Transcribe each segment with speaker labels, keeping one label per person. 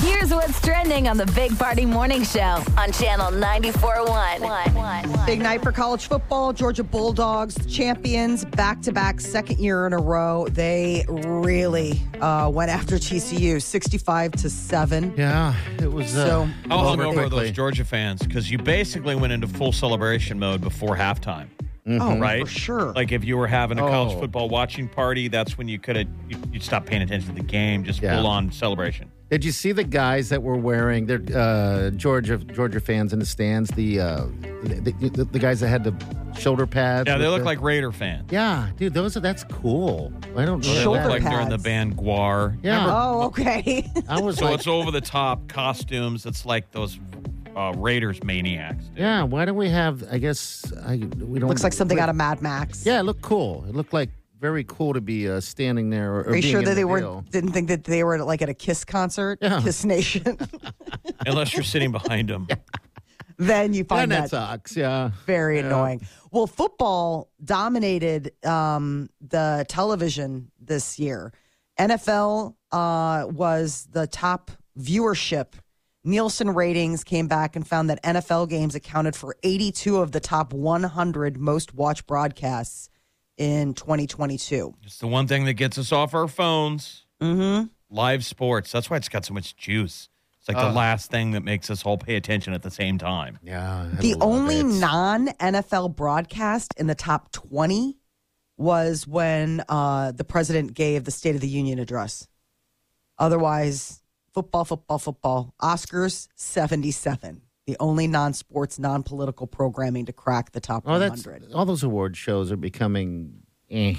Speaker 1: Here's what's trending on the Big Party Morning Show on Channel 94.1.
Speaker 2: Big night for college football. Georgia Bulldogs, champions, back to back, second year in a row. They really uh, went after TCU 65 to 7.
Speaker 3: Yeah, it was. Uh,
Speaker 2: So-
Speaker 3: it
Speaker 4: How
Speaker 3: was
Speaker 4: hungover
Speaker 3: over
Speaker 4: are those
Speaker 3: quickly.
Speaker 4: Georgia fans? Because you basically went into full celebration mode before halftime,
Speaker 2: Oh,
Speaker 4: right?
Speaker 2: for sure.
Speaker 4: Like if you were having a college
Speaker 3: Mm-hmm. Oh.
Speaker 4: football watching party, that's when you could have you, you'd stop paying attention to the game, just
Speaker 3: Yeah.
Speaker 4: full on celebration.
Speaker 3: Did you see the guys that were wearing their uh, Georgia Georgia fans in the stands? The, uh, the, the the guys that had the shoulder pads.
Speaker 4: Yeah, they
Speaker 3: with
Speaker 4: look
Speaker 3: the-
Speaker 4: like Raider fans.
Speaker 3: Yeah, dude, those are that's cool. I don't know.
Speaker 4: They
Speaker 2: Shoulder
Speaker 4: look
Speaker 3: that.
Speaker 4: like they're in the
Speaker 2: pads.
Speaker 4: band Guar.
Speaker 3: Yeah,
Speaker 2: oh, okay.
Speaker 3: I was
Speaker 4: So
Speaker 3: like,
Speaker 4: it's over the top costumes. It's like those uh, Raiders maniacs. dude.
Speaker 3: yeah. Why don't we have? I guess I we don't.
Speaker 2: Looks like something out of Mad Max.
Speaker 3: Yeah, it looked cool. It looked like very cool to be uh, standing there. Or, or
Speaker 2: Are you
Speaker 3: being
Speaker 2: sure
Speaker 3: in
Speaker 2: that
Speaker 3: the
Speaker 2: they
Speaker 3: deal.
Speaker 2: were didn't think that they were like at a Kiss concert,
Speaker 3: Yeah.
Speaker 2: Kiss Nation?
Speaker 4: Unless you're sitting behind them.
Speaker 2: then you
Speaker 3: Then
Speaker 2: find
Speaker 3: that
Speaker 2: that
Speaker 3: sucks. Yeah.
Speaker 2: very annoying. Well, football dominated um, the television this year. NFL uh, was the top viewership. Nielsen ratings came back and found that NFL games accounted for 82 of the top 100 most watched broadcasts in 2022.
Speaker 4: It's the one thing that gets us off our phones.
Speaker 2: Mm-hmm.
Speaker 4: Live sports. That's why it's got so much juice. It's like the last thing that makes us all pay attention at the same time.
Speaker 3: Yeah. I
Speaker 2: The
Speaker 3: love
Speaker 2: only
Speaker 3: it.
Speaker 2: non NFL broadcast in the top 20 was when uh, the president gave the State of the Union address. Otherwise, football, football, football. Oscars 77. The only non sports, non political programming to crack the top
Speaker 3: Oh, that's
Speaker 2: 100.
Speaker 3: all those award shows are becoming. Eh.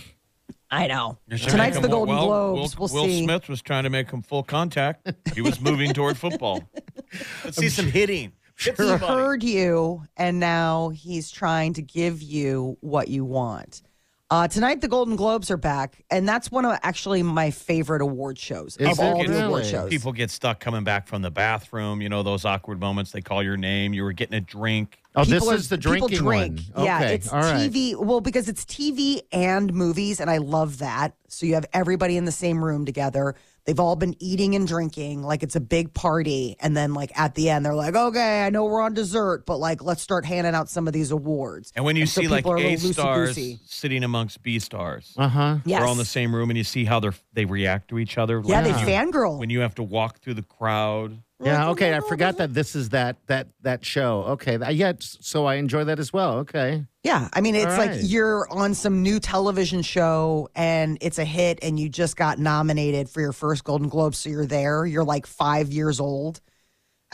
Speaker 2: I know.
Speaker 4: You're trying to
Speaker 2: Tonight's
Speaker 4: make
Speaker 2: the
Speaker 4: him-
Speaker 2: Golden
Speaker 4: well,
Speaker 2: Globes.
Speaker 4: Will,
Speaker 2: We'll,
Speaker 4: Will
Speaker 2: see.
Speaker 4: Smith was trying to make him full contact. He was moving toward football. Let's see some hitting. Hit
Speaker 2: he
Speaker 4: somebody.
Speaker 2: heard you and now he's trying to give you what you want uh, tonight the golden globes are back and that's one of actually my favorite award shows
Speaker 3: Is
Speaker 2: of
Speaker 3: it
Speaker 2: all the
Speaker 3: really?
Speaker 2: award shows
Speaker 4: People get stuck coming back from the bathroom. You know those awkward moments. They call your name. You were getting a drink.
Speaker 3: Oh, this
Speaker 2: People are-
Speaker 3: is the
Speaker 2: people
Speaker 3: drinking
Speaker 2: drink.
Speaker 3: one.
Speaker 2: Yeah,
Speaker 3: Okay,
Speaker 2: it's
Speaker 3: all right.
Speaker 2: TV. Well, because it's TV and movies, and I love that. So you have everybody in the same room together. They've all been eating and drinking, like it's a big party. And then, like at the end, they're like, "Okay, I know we're on dessert, but like let's start handing out some of these awards."
Speaker 4: And when you
Speaker 2: so
Speaker 4: see like
Speaker 2: people are
Speaker 4: A
Speaker 2: little
Speaker 4: stars
Speaker 2: loosey-goosey.
Speaker 4: sitting amongst B stars,
Speaker 3: Uh huh.
Speaker 2: Yes.
Speaker 4: they're all in the same room, and you see how they are they react to each other.
Speaker 2: Yeah,
Speaker 4: like,
Speaker 2: they
Speaker 3: Yeah.
Speaker 2: fangirl.
Speaker 4: when you have to walk through the crowd.
Speaker 3: Yeah. Okay. I forgot that this is that that that show. Okay. That, yeah. s- So I enjoy that as well. Okay.
Speaker 2: yeah, I mean, it's
Speaker 3: All
Speaker 2: like
Speaker 3: right.
Speaker 2: you're on some new television show and it's a hit, and you just got nominated for your first Golden Globe, so you're there. You're like five years old.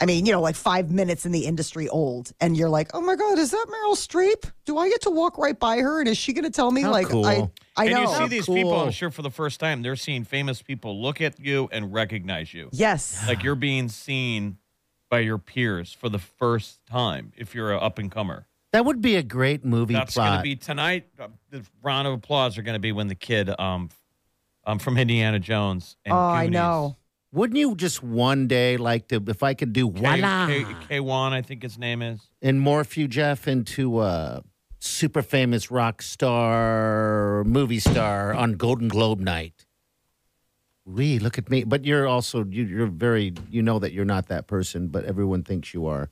Speaker 2: I mean, you know, like five minutes in the industry old, and you're like, oh my god, is that Meryl Streep? Do I get to walk right by her, and is she going to tell me
Speaker 3: How
Speaker 2: like
Speaker 3: cool.
Speaker 2: I? I
Speaker 4: and
Speaker 2: know.
Speaker 4: you see these people,
Speaker 3: cool.
Speaker 4: I'm sure, for the first time, they're seeing famous people look at you and recognize you.
Speaker 2: yes.
Speaker 4: Like you're being seen by your peers for the first time if you're an up and comer.
Speaker 3: That would be a great movie
Speaker 4: That's going
Speaker 3: plot.
Speaker 4: to be tonight. Uh, The round of applause are going to be when the kid um, um, from Indiana Jones and
Speaker 2: oh, I
Speaker 4: Goonies-
Speaker 2: know.
Speaker 3: Wouldn't you just one day like to if I could do
Speaker 4: K-
Speaker 3: voila
Speaker 4: K- K1, I think his name is.
Speaker 3: and morph you Jeff into a super famous rock star, movie star on Golden Globe night? We look at me, but you're also you, you're very you know that you're not that person, but everyone thinks you are.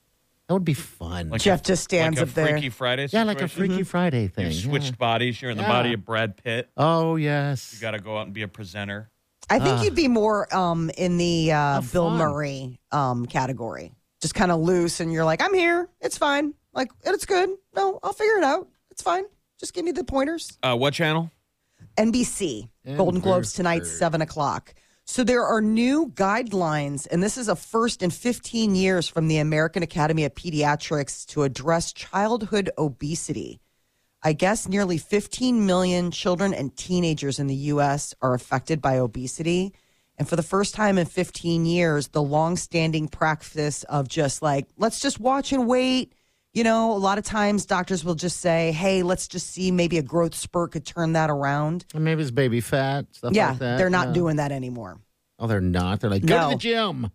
Speaker 3: That would be fun.
Speaker 4: Like
Speaker 2: Jeff just stands
Speaker 4: like
Speaker 2: up
Speaker 4: a
Speaker 2: there.
Speaker 4: Freaky Friday.
Speaker 3: yeah, like a
Speaker 4: situation.
Speaker 3: Freaky Friday thing.
Speaker 4: You've Mm-hmm. switched
Speaker 3: yeah.
Speaker 4: bodies. You're in the
Speaker 3: Yeah.
Speaker 4: body of Brad Pitt.
Speaker 3: Oh yes.
Speaker 4: You got to go out and be a presenter.
Speaker 2: I think
Speaker 3: Ah.
Speaker 2: you'd be more um, in the uh,
Speaker 3: Have
Speaker 2: Bill
Speaker 3: fun.
Speaker 2: Murray um, category, just kind of loose, and you're like, "I'm here, it's fine, like it's good. No, I'll figure it out. It's fine. Just give me the pointers."
Speaker 4: Uh, what channel?
Speaker 2: NBC Golden Globes tonight, seven o'clock. So there are new guidelines, and this is a first in 15 years from the American Academy of Pediatrics to address childhood obesity. I guess nearly 15 million children and teenagers in the U.S. are affected by obesity. And for the first time in 15 years, the long-standing practice of just like, let's just watch and wait. You know, a lot of times doctors will just say, hey, let's just see maybe a growth spurt could turn that around.
Speaker 3: And maybe it's baby fat, stuff
Speaker 2: yeah,
Speaker 3: like that.
Speaker 2: they're not
Speaker 3: Yeah.
Speaker 2: doing that anymore.
Speaker 3: Oh, they're not. They're like, go
Speaker 2: No.
Speaker 3: to the gym.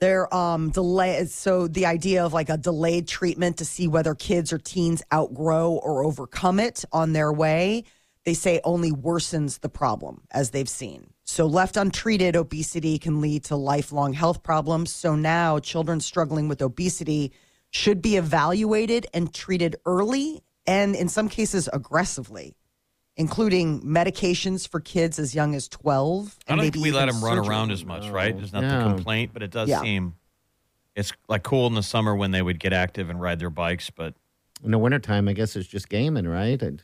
Speaker 2: They're um delay so the idea of like a delayed treatment to see whether kids or teens outgrow or overcome it on their way, they say only worsens the problem as they've seen. So left untreated, obesity can lead to lifelong health problems. So now children struggling with obesity should be evaluated and treated early and in some cases aggressively, including medications for kids as young as 12
Speaker 4: I
Speaker 2: and
Speaker 4: don't
Speaker 2: maybe
Speaker 4: think we let
Speaker 2: even
Speaker 4: him run
Speaker 2: surgery.
Speaker 4: around as much, right? It's not
Speaker 3: No.
Speaker 4: the complaint, but it does
Speaker 2: Yeah.
Speaker 4: seem it's like cool in the summer when they would get active and ride their bikes, but
Speaker 3: In the wintertime, I guess it's just gaming, right? And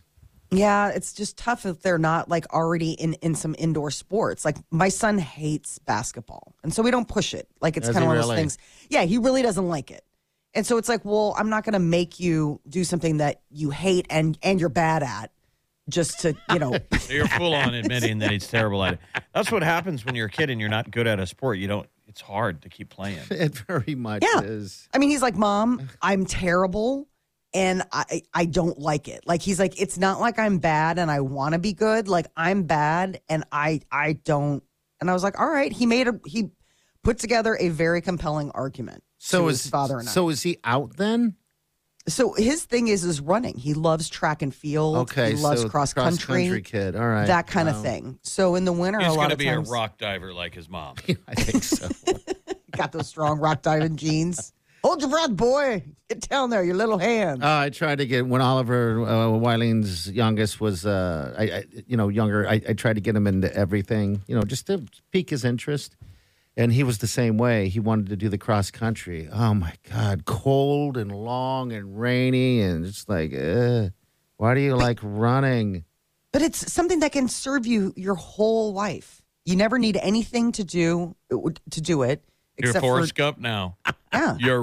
Speaker 2: Yeah, it's just tough if they're not like already in in some indoor sports. Like my son hates basketball, and so we don't push it. Like it's
Speaker 3: Does
Speaker 2: kind of
Speaker 3: he
Speaker 2: one of those
Speaker 3: really?
Speaker 2: things. Yeah, he really doesn't like it, and so it's like, well, I'm not going to make you do something that you hate and and you're bad at just to you know.
Speaker 4: so you're full on admitting that he's terrible at it. That's what happens when you're a kid and you're not good at a sport. You don't it's hard to keep playing.
Speaker 3: it very much
Speaker 2: Yeah.
Speaker 3: is.
Speaker 2: I mean, he's like, Mom, I'm terrible and I, I don't like it. Like he's like, it's not like I'm bad and I wanna be good. Like I'm bad and I I don't and I was like, All right, he made a he put together a very compelling argument.
Speaker 3: So
Speaker 2: to
Speaker 3: is
Speaker 2: his father and
Speaker 3: so is he out
Speaker 2: I.
Speaker 3: then?
Speaker 2: So his thing is is running. He loves track and field.
Speaker 3: Okay,
Speaker 2: He loves
Speaker 3: so
Speaker 2: cross country.
Speaker 3: cross-country kid. All right,
Speaker 2: That kind
Speaker 3: Wow.
Speaker 2: of thing. So in the winter,
Speaker 4: He's
Speaker 2: a
Speaker 4: going
Speaker 2: lot
Speaker 4: to
Speaker 2: of
Speaker 4: be
Speaker 2: times,
Speaker 4: a rock diver like his mom.
Speaker 3: I think so.
Speaker 2: got those strong rock diving jeans. Hold your breath, boy. Get down there, your little hand.
Speaker 3: Uh, I tried to get when Oliver uh, Wiling's youngest was, uh, I, I you know younger. I, I tried to get him into everything, you know, just to pique his interest. And he was the same way. He wanted to do the cross country. Oh my God, cold and long and rainy, and it's like, ugh, why do you like running?
Speaker 2: But it's something that can serve you your whole life. You never need anything to do uh, to do it.
Speaker 4: You're
Speaker 2: Except
Speaker 4: Forrest Gump now.
Speaker 2: for yeah,
Speaker 4: You're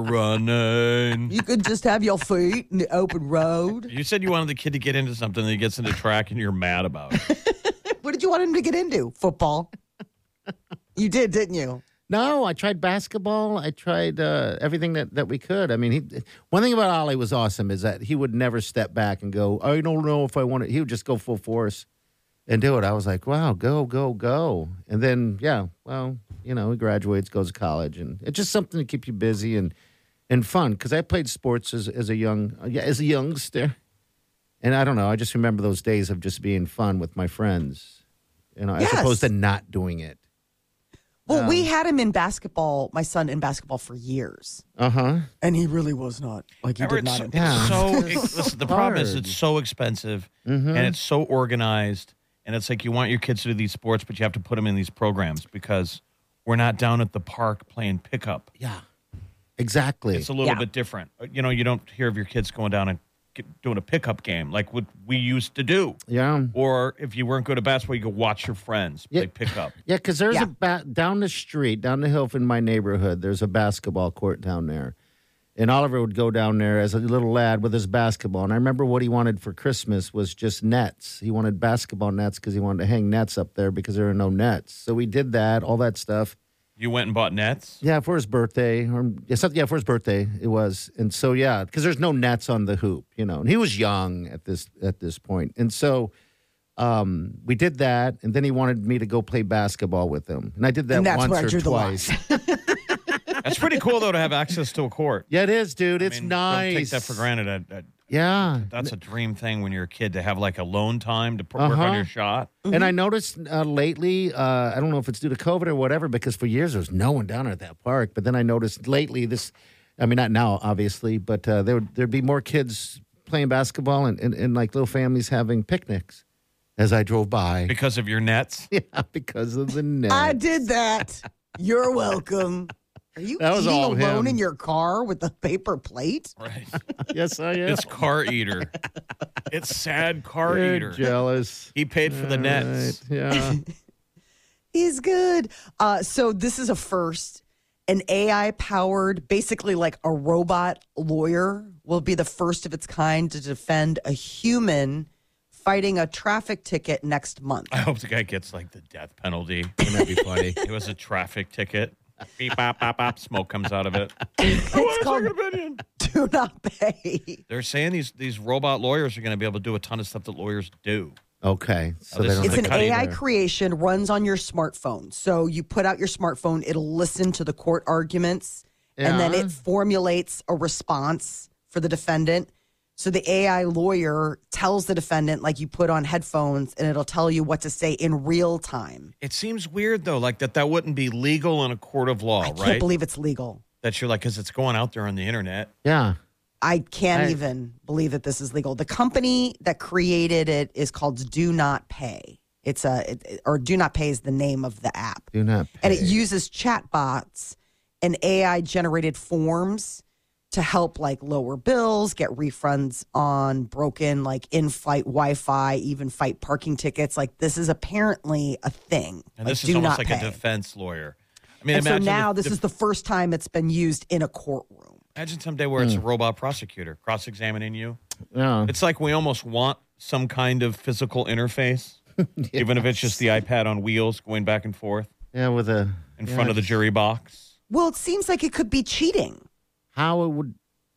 Speaker 4: running.
Speaker 2: you could just have your feet in the open road.
Speaker 4: You said you wanted the kid to get into something that he gets into track and you're mad about. it.
Speaker 2: What did you want him to get into? Football. You did, didn't you?
Speaker 3: No, I tried basketball. I tried uh, everything that, that we could. I mean, he, one thing about Ollie was awesome is that he would never step back and go, I don't know if I want it. He would just go full force and do it. I was like, wow, go, go, go. And then, yeah, well, you know, he graduates, goes to college, and it's just something to keep you busy and, and fun. Because I played sports as, as a young yeah, as a youngster, and I don't know. I just remember those days of just being fun with my friends, you know, as
Speaker 2: Yes.
Speaker 3: opposed to not doing it.
Speaker 2: Well, we had him in basketball. My son in basketball for years,
Speaker 3: Uh huh.
Speaker 2: and he really was not like he
Speaker 4: Remember,
Speaker 2: did not.
Speaker 4: it's,
Speaker 2: improve.
Speaker 4: it's
Speaker 3: Yeah.
Speaker 4: so it- listen, the problem is it's
Speaker 3: hard.
Speaker 4: so expensive
Speaker 3: Mm-hmm.
Speaker 4: and it's so organized and it's like you want your kids to do these sports but you have to put them in these programs because we're not down at the park playing pickup
Speaker 3: Yeah. Exactly.
Speaker 4: it's a little bit different Uh, you know you don't hear of your kids going down and get, doing a pickup game like what we used to do
Speaker 3: yeah.
Speaker 4: or if you weren't good at basketball you could watch your friends play
Speaker 3: Yeah.
Speaker 4: pickup
Speaker 3: Yeah, because there's
Speaker 2: Yeah.
Speaker 3: a ba- down the street, down the hill from my neighborhood, there's a basketball court down there. And Oliver would go down there as a little lad with his basketball. And I remember what he wanted for Christmas was just nets. He wanted basketball nets because he wanted to hang nets up there because there are no nets. So we did that, all that stuff.
Speaker 4: you went and bought nets
Speaker 3: Yeah, for his birthday, or yeah, something, yeah, for his birthday it was, and so yeah, because there's no nets on the hoop, you know, and he was young at this at this point, and so um, we did that, and then he wanted me to go play basketball with him, and I did that
Speaker 2: And that's
Speaker 3: once
Speaker 2: where I
Speaker 3: or
Speaker 2: drew the line.
Speaker 3: twice.
Speaker 4: that's pretty cool though to have access to a court
Speaker 3: yeah, it is, dude. It's
Speaker 4: I mean,
Speaker 3: nice.
Speaker 4: don't take that for granted I, I,
Speaker 3: Yeah,
Speaker 4: That's a dream thing when you're a kid to have like alone time to pr- work
Speaker 3: Uh-huh.
Speaker 4: on your shot.
Speaker 3: And
Speaker 2: Mm-hmm.
Speaker 3: I noticed uh, lately, uh, I don't know if it's due to COVID or whatever, because for years there was no one down at that park. But then I noticed lately this, I mean, not now, obviously, but uh, there would there'd be more kids playing basketball and, and, and like little families having picnics as I drove by.
Speaker 4: Because of your nets?
Speaker 3: Yeah, because of the net.
Speaker 2: I did that. You're welcome. Are you
Speaker 3: That was
Speaker 2: eating
Speaker 3: all
Speaker 2: alone
Speaker 3: him.
Speaker 2: in your car with a paper plate?
Speaker 4: Right.
Speaker 3: yes, I am.
Speaker 4: It's car eater. It's sad car
Speaker 3: You're
Speaker 4: eater.
Speaker 3: jealous.
Speaker 4: He paid for the nets.
Speaker 3: Right, yeah.
Speaker 2: is good. Uh, so this is a first. An AI powered, basically like a robot lawyer, will be the first of its kind to defend a human fighting a traffic ticket next month.
Speaker 4: I hope the guy gets like the death penalty. Wouldn't that be funny? it was a traffic ticket. Beep, bop, bop, bop. Smoke comes out of it. What a
Speaker 2: called-
Speaker 4: second opinion.
Speaker 2: Do not pay.
Speaker 4: They're saying these these robot lawyers are going to be able to do a ton of stuff that lawyers do.
Speaker 3: Okay. So
Speaker 4: Oh,
Speaker 3: they
Speaker 4: this
Speaker 3: don't
Speaker 4: is
Speaker 2: It's
Speaker 4: the
Speaker 2: an
Speaker 3: have to
Speaker 4: cut
Speaker 2: AI
Speaker 3: either.
Speaker 2: creation runs on your smartphone. So you put out your smartphone, it'll listen to the court arguments, and then
Speaker 3: Yeah.
Speaker 2: it formulates a response for the defendant. So the AI lawyer tells the defendant, like you put on headphones, and it'll tell you what to say in real time.
Speaker 4: It seems weird though, like that that wouldn't be legal in a court of law,
Speaker 2: I can't
Speaker 4: right?
Speaker 2: believe it's legal.
Speaker 4: that you're like because it's going out there on the internet.
Speaker 3: Yeah.
Speaker 2: I can't
Speaker 3: I-
Speaker 2: even believe that this is legal. The company that created it is called Do Not Pay. It's a it- it- or Do Not Pay is the name of the app.
Speaker 3: Do not.
Speaker 2: and it
Speaker 3: pay.
Speaker 2: uses chatbots and AI generated forms to help like lower bills, get refunds on broken like in-flight Wi-Fi, even fight parking tickets. Like this is apparently a thing.
Speaker 4: And this
Speaker 2: do
Speaker 4: is
Speaker 2: not
Speaker 4: almost like
Speaker 2: pay.
Speaker 4: a defense lawyer. I mean,
Speaker 2: And so
Speaker 4: imagine
Speaker 2: now
Speaker 4: if-
Speaker 2: this
Speaker 4: if-
Speaker 2: is the first time it's been used in a courtroom.
Speaker 4: imagine someday where it's a robot prosecutor cross-examining you.
Speaker 3: Yeah.
Speaker 4: It's like we almost want some kind of physical interface, even if it's just the iPad on wheels going back and forth
Speaker 3: yeah. With a
Speaker 4: in
Speaker 3: yeah,
Speaker 4: front of the
Speaker 3: just
Speaker 4: jury box.
Speaker 2: Well, it seems like it could be cheating.
Speaker 3: How it would.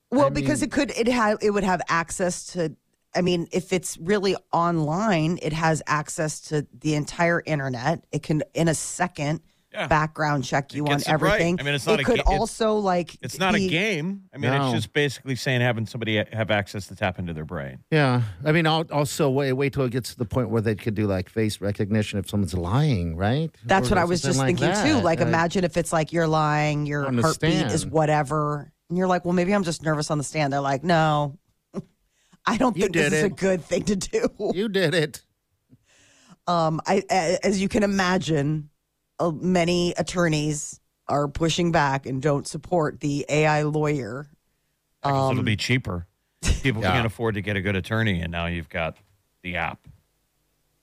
Speaker 2: Well, because it could it have it would have access to I mean, if it's really online, it has access to the entire internet. It can in a second
Speaker 4: Yeah.
Speaker 2: background check you on
Speaker 4: gets it right.
Speaker 2: everything.
Speaker 4: I mean, it's not
Speaker 2: it
Speaker 4: a
Speaker 2: could
Speaker 4: ga- it's-
Speaker 2: also like
Speaker 4: It's not
Speaker 2: be-
Speaker 4: a game. I mean,
Speaker 3: No.
Speaker 4: it's just basically saying having somebody have access to tap into their brain.
Speaker 3: Yeah. I mean, al- also wait, wait till it gets to the point where they could do like face recognition if someone's lying, right?
Speaker 2: That's
Speaker 3: Or
Speaker 2: what I was just
Speaker 3: something
Speaker 2: thinking
Speaker 3: like
Speaker 2: too.
Speaker 3: that.
Speaker 2: Like, imagine if it's like you're lying, your
Speaker 3: On the
Speaker 2: heartbeat is
Speaker 3: stand.
Speaker 2: whatever, and you're like, well, maybe I'm just nervous on the stand. They're like, no, I don't
Speaker 3: You
Speaker 2: think this
Speaker 3: did
Speaker 2: is a
Speaker 3: it.
Speaker 2: good thing to do.
Speaker 3: You did it.
Speaker 2: Um, I, a- as you can imagine, uh, many attorneys are pushing back and don't support the AI lawyer.
Speaker 4: Because it'll
Speaker 2: Um,
Speaker 4: be cheaper. People
Speaker 3: Yeah.
Speaker 4: can't afford to get a good attorney, and now you've got the app.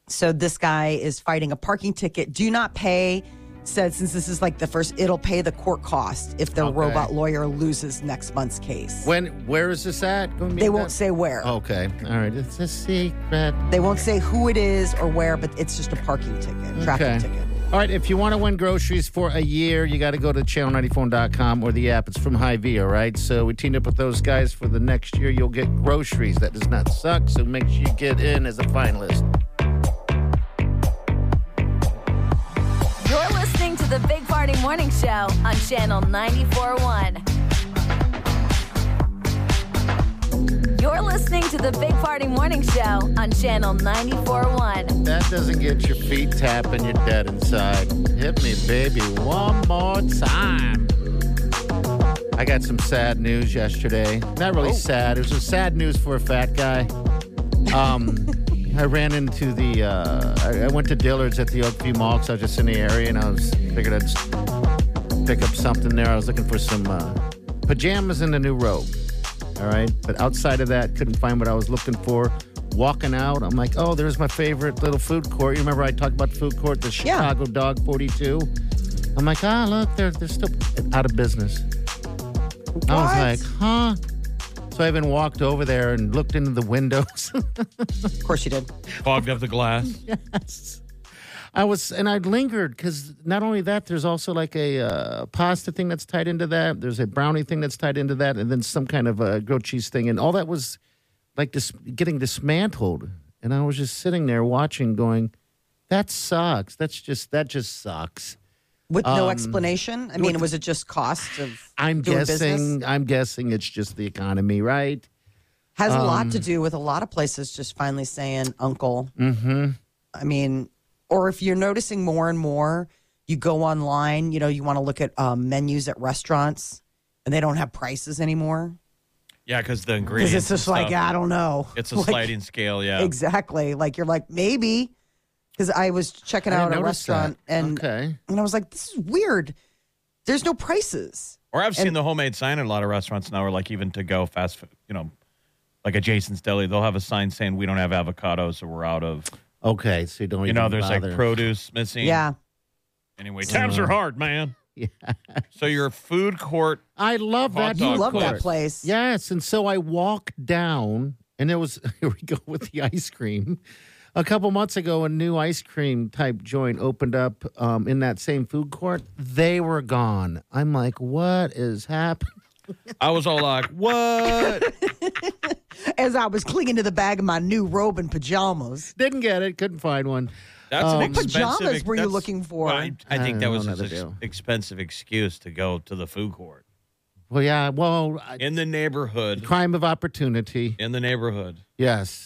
Speaker 2: So this guy is fighting a parking ticket. Do not pay. Said since this is like the first, it'll pay the court cost if the
Speaker 3: Okay.
Speaker 2: robot lawyer loses next month's case.
Speaker 3: When? Where is this at? Go meet
Speaker 2: they won't
Speaker 3: that- Oh.
Speaker 2: say where.
Speaker 3: Okay. All right. It's a secret.
Speaker 2: They won't say who it is or where, but it's just a parking ticket, traffic
Speaker 3: Okay.
Speaker 2: ticket.
Speaker 3: All right, if you want to win groceries for a year, you got to go to channel94.com or the app. It's from Hy-Vee, all right? So we teamed up with those guys for the next year. You'll get groceries. That does not suck, so make sure you get in as a finalist.
Speaker 1: You're listening to the Big Party Morning Show on Channel 94.1. You're listening to the Big Party Morning Show on Channel 94.1.
Speaker 3: That doesn't get your feet tapping, you're dead inside. Hit me, baby, one more time. I got some sad news yesterday. Not really sad. It was just sad news for a fat guy. Um, I ran into the. Uh, I, I went to Dillard's at the Oakview Mall because I was just in the area and I was figured I'd s- pick up something there. I was looking for some uh, pajamas and a new robe. All right, but outside of that, couldn't find what I was looking for. Walking out, I'm like, oh, there's my favorite little food court. You remember I talked about the food court, the
Speaker 2: Yeah.
Speaker 3: Chicago Dog 42. I'm like, ah, look, they're they're still out of business. I was like, huh? So I even walked over there and looked into the windows.
Speaker 2: of course you did.
Speaker 4: Fogged up the glass.
Speaker 3: yes. I was, and I lingered because not only that, there's also like a uh, pasta thing that's tied into that. There's a brownie thing that's tied into that, and then some kind of a grilled cheese thing, and all that was like dis- getting dismantled. And I was just sitting there watching, going, "That sucks. That's just that just sucks."
Speaker 2: With no explanation? I mean, was it just cost of
Speaker 3: um, I'm
Speaker 2: doing
Speaker 3: guessing.
Speaker 2: business?
Speaker 3: I'm guessing it's just the economy, right?
Speaker 2: Has a lot to do with a lot of places just finally saying uncle. Mm-hmm. I mean, or if you're noticing more and more, you go online, you know, you want to look at um, menus at restaurants and they don't have prices anymore.
Speaker 4: Yeah, because the ingredients.
Speaker 2: Because it's
Speaker 4: and
Speaker 2: just like,
Speaker 4: stuff.
Speaker 2: I don't know.
Speaker 4: It's a
Speaker 2: Like,
Speaker 4: sliding scale, yeah.
Speaker 2: Exactly. Like you're like, maybe. Because I was checking
Speaker 3: I
Speaker 2: out a
Speaker 3: didn't notice that.
Speaker 2: restaurant and
Speaker 3: okay,
Speaker 2: and I was like, this is weird. There's no prices.
Speaker 4: Or I've seen the homemade sign in a lot of restaurants now, or like even to go fast food, you know, like a Jason's Deli, they'll have a sign saying we don't have avocados or we're out of,
Speaker 3: okay. So you don't.
Speaker 4: you
Speaker 3: even
Speaker 4: know, there's
Speaker 3: bother. Mm.
Speaker 4: like produce missing.
Speaker 2: Yeah.
Speaker 4: Anyway, times are hard, man.
Speaker 3: Yeah.
Speaker 4: So your food court,
Speaker 3: I love
Speaker 4: Hot
Speaker 3: that.
Speaker 4: dog
Speaker 2: You
Speaker 4: Of
Speaker 2: love that
Speaker 4: course.
Speaker 2: place.
Speaker 3: Yes, and so I walk down And there was here we go with the ice cream. A couple months ago, a new ice cream type joint opened up um, in that same food court. They were gone. I'm like, what is happening?
Speaker 4: I was all like, what?
Speaker 2: As I was clinging to the bag of my new robe and pajamas.
Speaker 3: Didn't get it. Couldn't find one.
Speaker 4: That's an
Speaker 2: What
Speaker 4: expensive.
Speaker 2: Oh, pajamas
Speaker 4: ex-
Speaker 2: were you
Speaker 4: that's-
Speaker 2: looking for?
Speaker 4: Well, I, I
Speaker 3: I don't
Speaker 4: think that
Speaker 3: know,
Speaker 4: was an
Speaker 3: another
Speaker 4: ex-
Speaker 3: deal.
Speaker 4: expensive excuse to go to the food court
Speaker 3: Well, yeah. Well, I-
Speaker 4: in the neighborhood.
Speaker 3: crime of opportunity.
Speaker 4: In the neighborhood.
Speaker 3: Yes.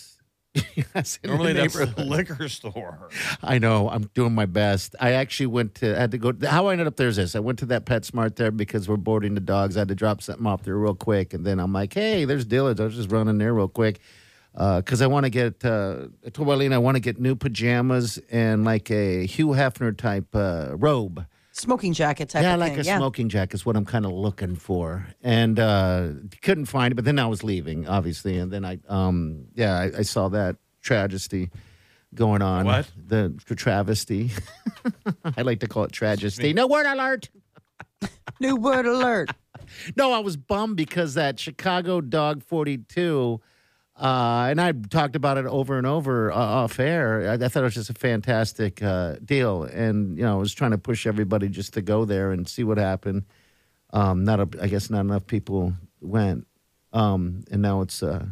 Speaker 3: yes. in the
Speaker 4: Normally, that's the
Speaker 3: neighborhood.
Speaker 4: liquor store.
Speaker 3: I know. I'm doing my best. I actually went to, I had to go. How I ended up there is this I went to that PetSmart there because we're boarding the dogs. I had to drop something off there real quick. And then I'm like, hey, there's Dillard's. I was just running there real quick because I want to get, uh, I told Eileen I want to get new pajamas and like a Hugh Hefner type uh, robe.
Speaker 2: Smoking jacket type
Speaker 3: Yeah,
Speaker 2: of
Speaker 3: like
Speaker 2: thing.
Speaker 3: a smoking jacket is what I'm kind of looking for, and uh, couldn't find it. But then I was leaving, obviously, and then I, um, yeah, I, I saw that tragedy going on.
Speaker 4: What?
Speaker 3: the, the travesty? I like to call it tragedy. No word alert.
Speaker 2: New word alert.
Speaker 3: No, I was bummed because that Chicago Dog 42, uh, and I talked about it over and over uh, off air. I, I thought it was just a fantastic uh, deal. And, you know, I was trying to push everybody just to go there and see what happened. Um, not, a, I guess, not enough people went. Um, and now it's, uh,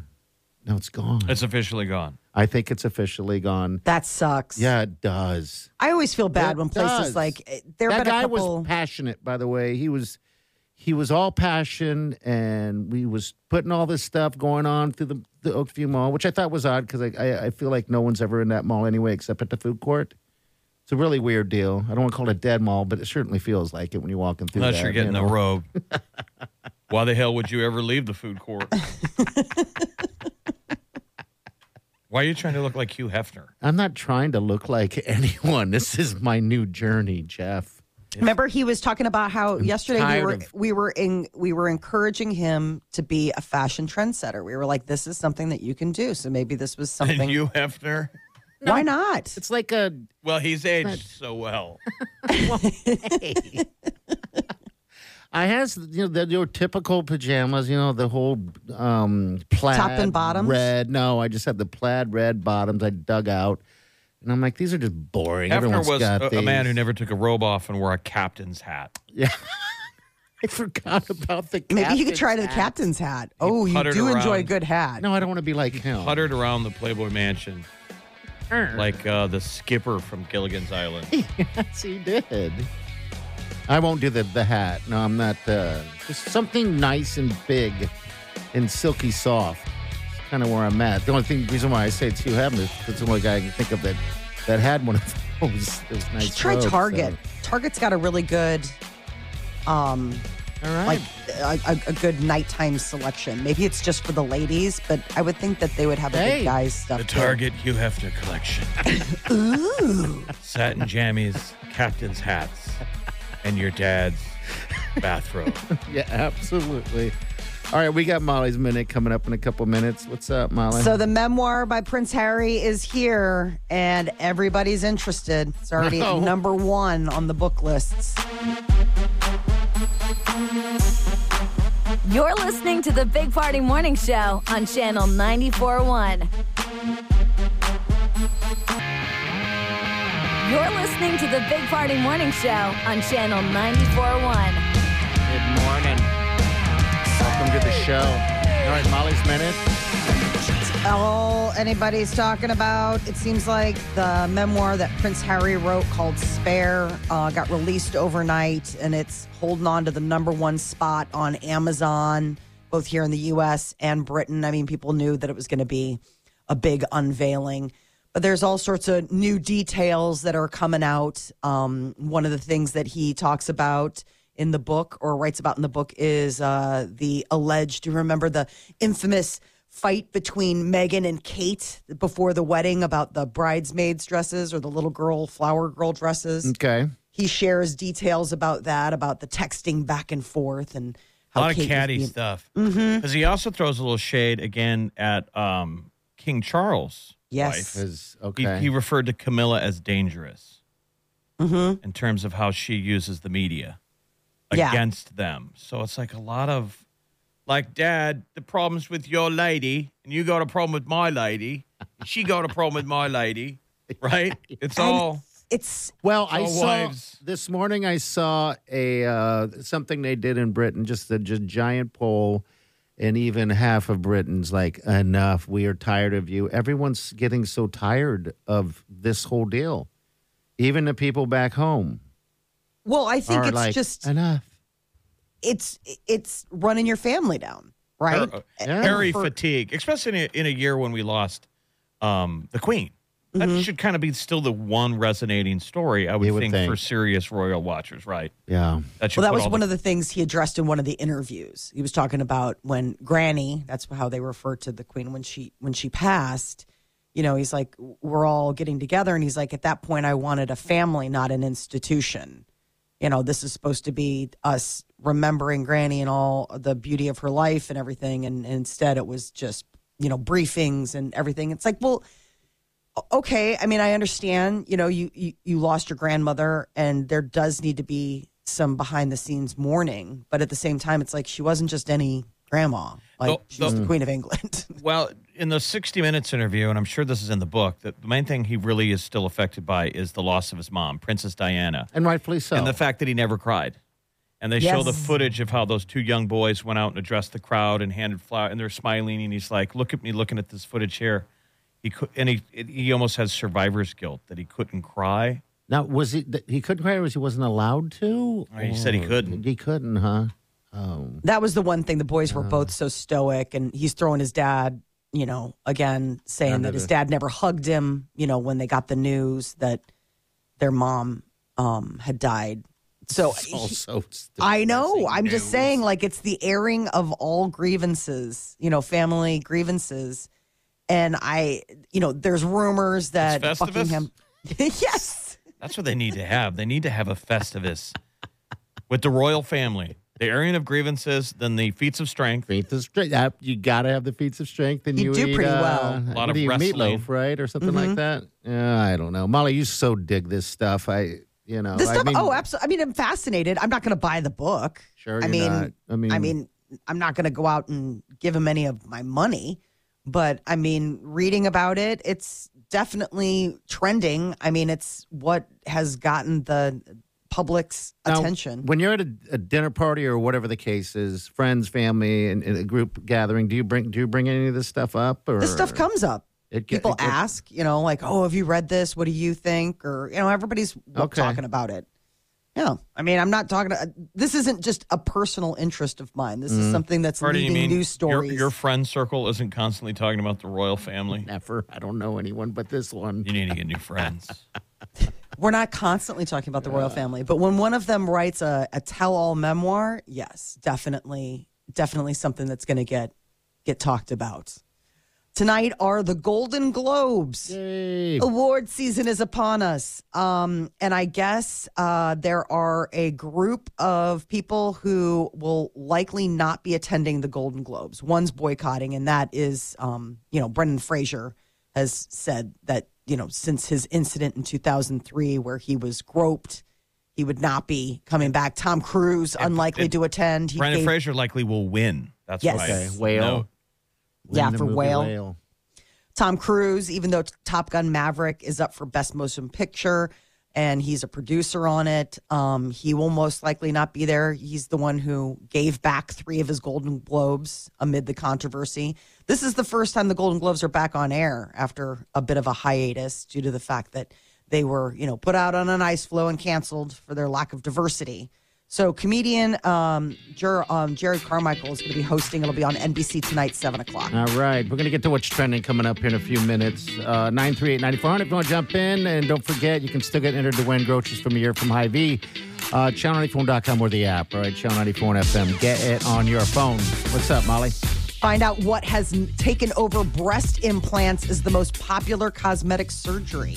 Speaker 3: now it's gone.
Speaker 4: It's officially gone.
Speaker 3: I think it's officially gone.
Speaker 2: That sucks.
Speaker 3: Yeah, it does.
Speaker 2: I always feel bad
Speaker 3: It
Speaker 2: when places
Speaker 3: does.
Speaker 2: like eh, there have
Speaker 3: that
Speaker 2: been a
Speaker 3: guy
Speaker 2: couple.
Speaker 3: was passionate. By the way, he was he was all passion, and we was putting all this stuff going on through the, the Oakview Mall, which I thought was odd because I, I I feel like no one's ever in that mall anyway, except at the food court. It's a really weird deal. I don't want to call it a dead mall, but it certainly feels like it when you're walking through.
Speaker 4: Unless
Speaker 3: that,
Speaker 4: you're getting
Speaker 3: you know?
Speaker 4: a robe. Why the hell would you ever leave the food court? Why are you trying to look like Hugh Hefner?
Speaker 3: I'm not trying to look like anyone. This is my new journey, Jeff.
Speaker 2: Remember, he was talking about how yesterday we
Speaker 3: tired
Speaker 2: were
Speaker 3: of-
Speaker 2: we were in we were encouraging him to be a fashion trendsetter. We were like, this is something that you can do. So maybe this was something.
Speaker 4: And Hugh Hefner?
Speaker 2: Why not?
Speaker 3: It's like a
Speaker 4: Well, he's aged so well.
Speaker 3: I has you know the, your typical pajamas, you know the whole um, plaid
Speaker 2: Top and bottoms?
Speaker 3: red. No, I just had the plaid red bottoms. I dug out, and I'm like, these are just boring.
Speaker 4: Hefner
Speaker 3: Everyone's
Speaker 4: was
Speaker 3: got
Speaker 4: a, a man who
Speaker 3: these.
Speaker 4: never took a robe off and wore a captain's hat.
Speaker 3: I forgot about the.
Speaker 2: maybe he could try the
Speaker 3: captain's hat.
Speaker 2: captain's hat. Oh, you
Speaker 4: puttered
Speaker 2: do enjoy a
Speaker 4: around.
Speaker 2: good hat.
Speaker 3: No, I don't want to be like him.
Speaker 4: Puttered around the Playboy Mansion like uh, the skipper from Gilligan's Island.
Speaker 3: yes, he did. I won't do the the hat. No, I'm not. Uh, just something nice and big, and silky soft. It's kind of where I'm at. The only thing reason why I say it's Hugh Hefner is 'cause it's the only guy I can think of that that had one of those. those nice
Speaker 2: Just try
Speaker 3: robes, so-
Speaker 2: Target. Target's got a really good, um,
Speaker 3: All right.
Speaker 2: like a, a, a good nighttime selection. Maybe it's just for the ladies, but I would think that they would have a
Speaker 3: Hey,
Speaker 2: good guys stuff.
Speaker 4: The
Speaker 2: too.
Speaker 4: Target Hugh Hefner collection.
Speaker 2: Ooh,
Speaker 4: Satin jammies, captain's hats, and your dad's bathrobe.
Speaker 3: yeah, absolutely. All right, we got Molly's minute coming up in a couple minutes. What's up, Molly?
Speaker 2: So the memoir by Prince Harry is here, and everybody's interested. It's already
Speaker 3: No.
Speaker 2: number one on the book lists.
Speaker 1: You're listening to the Big Party Morning Show on Channel 94.1. You're listening to the Big Party Morning Show on Channel 94.1.
Speaker 3: Good morning. Welcome to the show. All right, Molly's minute.
Speaker 2: All anybody's talking about, it seems like the memoir that Prince Harry wrote called Spare uh, got released overnight, and it's holding on to the number one spot on Amazon, both here in the US and Britain. I mean, people knew that it was going to be a big unveiling, but there's all sorts of new details that are coming out. Um, one of the things that he talks about in the book or writes about in the book is uh, the alleged, do you remember the infamous fight between Meghan and Kate before the wedding about the bridesmaids' dresses or the little girl, flower girl dresses?
Speaker 3: Okay.
Speaker 2: He shares details about that, about the texting back and forth and
Speaker 4: A
Speaker 2: how
Speaker 4: lot
Speaker 2: Kate was
Speaker 4: of catty
Speaker 2: being- Mm-hmm.
Speaker 4: stuff. Because he also throws a little shade again at um, King Charles.
Speaker 2: Yes.
Speaker 4: wife.
Speaker 3: Is okay.
Speaker 4: He, he referred to Camilla as dangerous in terms of how she uses the media
Speaker 2: Mm-hmm. Yeah.
Speaker 4: against them. So it's like a lot of a like, Dad, the problem's with your lady, and you got a problem with my lady, and she got a problem with my lady, right? It's all.
Speaker 2: It's
Speaker 3: Well, I
Speaker 4: All
Speaker 3: saw
Speaker 4: wives.
Speaker 3: this morning. I saw a uh, something they did in Britain, just a just giant poll, and even half of Britain's like, "Enough, we are tired of you." Everyone's getting so tired of this whole deal. Even the people back home
Speaker 2: well, I think
Speaker 3: are
Speaker 2: it's
Speaker 3: like,
Speaker 2: just
Speaker 3: "Enough."
Speaker 2: it's it's running your family down, right?
Speaker 4: Her- uh,
Speaker 3: Yeah.
Speaker 4: Very
Speaker 2: for-
Speaker 4: fatigue, especially in a, in a year when we lost um, the Queen. That
Speaker 2: Mm-hmm.
Speaker 4: should kind of be still the one resonating story, I would,
Speaker 3: You would
Speaker 4: think,
Speaker 3: think.
Speaker 4: for serious royal watchers, right?
Speaker 3: Yeah,
Speaker 4: That should
Speaker 2: Well, that
Speaker 4: put
Speaker 2: was
Speaker 4: all
Speaker 2: one
Speaker 4: the-
Speaker 2: of the things he addressed in one of the interviews. He was talking about when Granny, that's how they refer to the Queen when she when she passed. You know, he's like, we're all getting together, and he's like, at that point, I wanted a family, not an institution. You know, this is supposed to be us remembering Granny and all the beauty of her life and everything, and, and instead, it was just you know briefings and everything. It's like, well, okay i mean i understand you know you, you you lost your grandmother and there does need to be some behind the scenes mourning but at the same time it's like she wasn't just any grandma like
Speaker 4: The-
Speaker 2: she was
Speaker 4: the-
Speaker 2: the queen of england
Speaker 4: Well, in the 60 Minutes interview, and I'm sure this is in the book, that the main thing he really is still affected by is the loss of his mom, Princess Diana,
Speaker 3: and rightfully so.
Speaker 4: and the fact that he never cried. And they show the
Speaker 2: Yes.
Speaker 4: footage of how those two young boys went out and addressed the crowd and handed flowers, and they're smiling, and he's like, "Look at me, looking at this footage here." He could, and he he almost has survivor's guilt that he couldn't cry.
Speaker 3: now, was he th- he couldn't cry, or was he wasn't allowed to?
Speaker 4: He said he
Speaker 3: Or-
Speaker 4: couldn't.
Speaker 3: He couldn't, huh? Oh,
Speaker 2: that was the one thing the boys were both so stoic and he's throwing his dad you know again saying that his dad never hugged him you know when they got the news that their mom um had died so
Speaker 3: It's all so stupid.
Speaker 2: I know. I'm just saying, like, it's the airing of all grievances, you know, family grievances. And I, you know, there's rumors that
Speaker 4: It's Festivus?
Speaker 2: Buckingham. yes.
Speaker 4: That's what they need to have. They need to have a festivus with the royal family, the airing of grievances, then the feats of strength.
Speaker 3: Feats of strength. Uh, you got to have the feats of strength, and
Speaker 2: You
Speaker 3: you,
Speaker 2: do
Speaker 3: eat,
Speaker 2: pretty
Speaker 3: uh,
Speaker 2: well. Mm-hmm.
Speaker 3: what
Speaker 4: Lot of
Speaker 3: do you,
Speaker 4: wrestling.
Speaker 3: meatloaf, right, or something like that. Yeah, I don't know, Molly. You so dig this stuff. I, you know,
Speaker 2: This
Speaker 3: I
Speaker 2: stuff.
Speaker 3: mean,
Speaker 2: oh, absolutely. I mean, I'm fascinated. I'm not going to buy the book.
Speaker 3: Sure,
Speaker 2: I
Speaker 3: you're
Speaker 2: mean,
Speaker 3: not. I mean-
Speaker 2: I mean, I'm not going to go out and give him any of my money. But I mean, reading about it, it's definitely trending. I mean, it's what has gotten the public's
Speaker 3: Now,
Speaker 2: attention.
Speaker 3: When you're at a, a dinner party or whatever the case is, friends, family, and, and a group gathering, do you bring do you bring any of this stuff up? Or
Speaker 2: this stuff comes up.
Speaker 3: It get-
Speaker 2: People
Speaker 3: it get-
Speaker 2: ask, you know, like, "Oh, have you read this? What do you think?" Or you know, everybody's w-
Speaker 3: Okay.
Speaker 2: talking about it. Yeah, I mean, I'm not talking. To, this isn't just a personal interest of mine. This
Speaker 3: Mm-hmm.
Speaker 2: is something that's
Speaker 4: Pardon, you
Speaker 2: leading
Speaker 4: mean
Speaker 2: news
Speaker 4: your,
Speaker 2: stories.
Speaker 4: your friend circle isn't constantly talking about the royal family?
Speaker 3: Never. I don't know anyone but this one.
Speaker 4: You need to get new friends.
Speaker 2: We're not constantly talking about the royal family, but when one of them writes a, a tell-all memoir, yes, definitely, definitely something that's going to get get talked about. Tonight are the Golden Globes.
Speaker 3: Yay.
Speaker 2: Award season is upon us. Um, and I guess uh, there are a group of people who will likely not be attending the Golden Globes. One's boycotting, and that is, um, you know, Brendan Fraser has said that, you know, since his incident in 2003 where he was groped, he would not be coming back. Tom Cruise, unlikely
Speaker 4: and
Speaker 2: to attend. He
Speaker 4: Brandon
Speaker 2: gave-
Speaker 4: Fraser likely will win. That's
Speaker 2: Yes.
Speaker 4: why.
Speaker 2: Okay,
Speaker 3: whale.
Speaker 2: Yeah,
Speaker 3: In the
Speaker 2: for
Speaker 3: movie
Speaker 2: whale. Tom Cruise, even though Top Gun Maverick is up for Best Motion Picture and he's a producer on it, um, he will most likely not be there. He's the one who gave back three of his Golden Globes amid the controversy. This is the first time the Golden Globes are back on air after a bit of a hiatus due to the fact that they were, you know, put out on an ice floe and canceled for their lack of diversity. So, comedian um, Jer- um, Jared Carmichael is going to be hosting. It'll be on NBC tonight, seven o'clock.
Speaker 3: All right, we're going to get to what's trending coming up here in a few minutes. Uh, 938-9400 if you want to jump in. And don't forget, you can still get entered to win groceries from a year from Hy-Vee. Uh, Channel94.com or the app. All right, Channel 94 FM. Get it on your phone. What's up, Molly?
Speaker 2: Find out what has n- taken over breast implants is the most popular cosmetic surgery.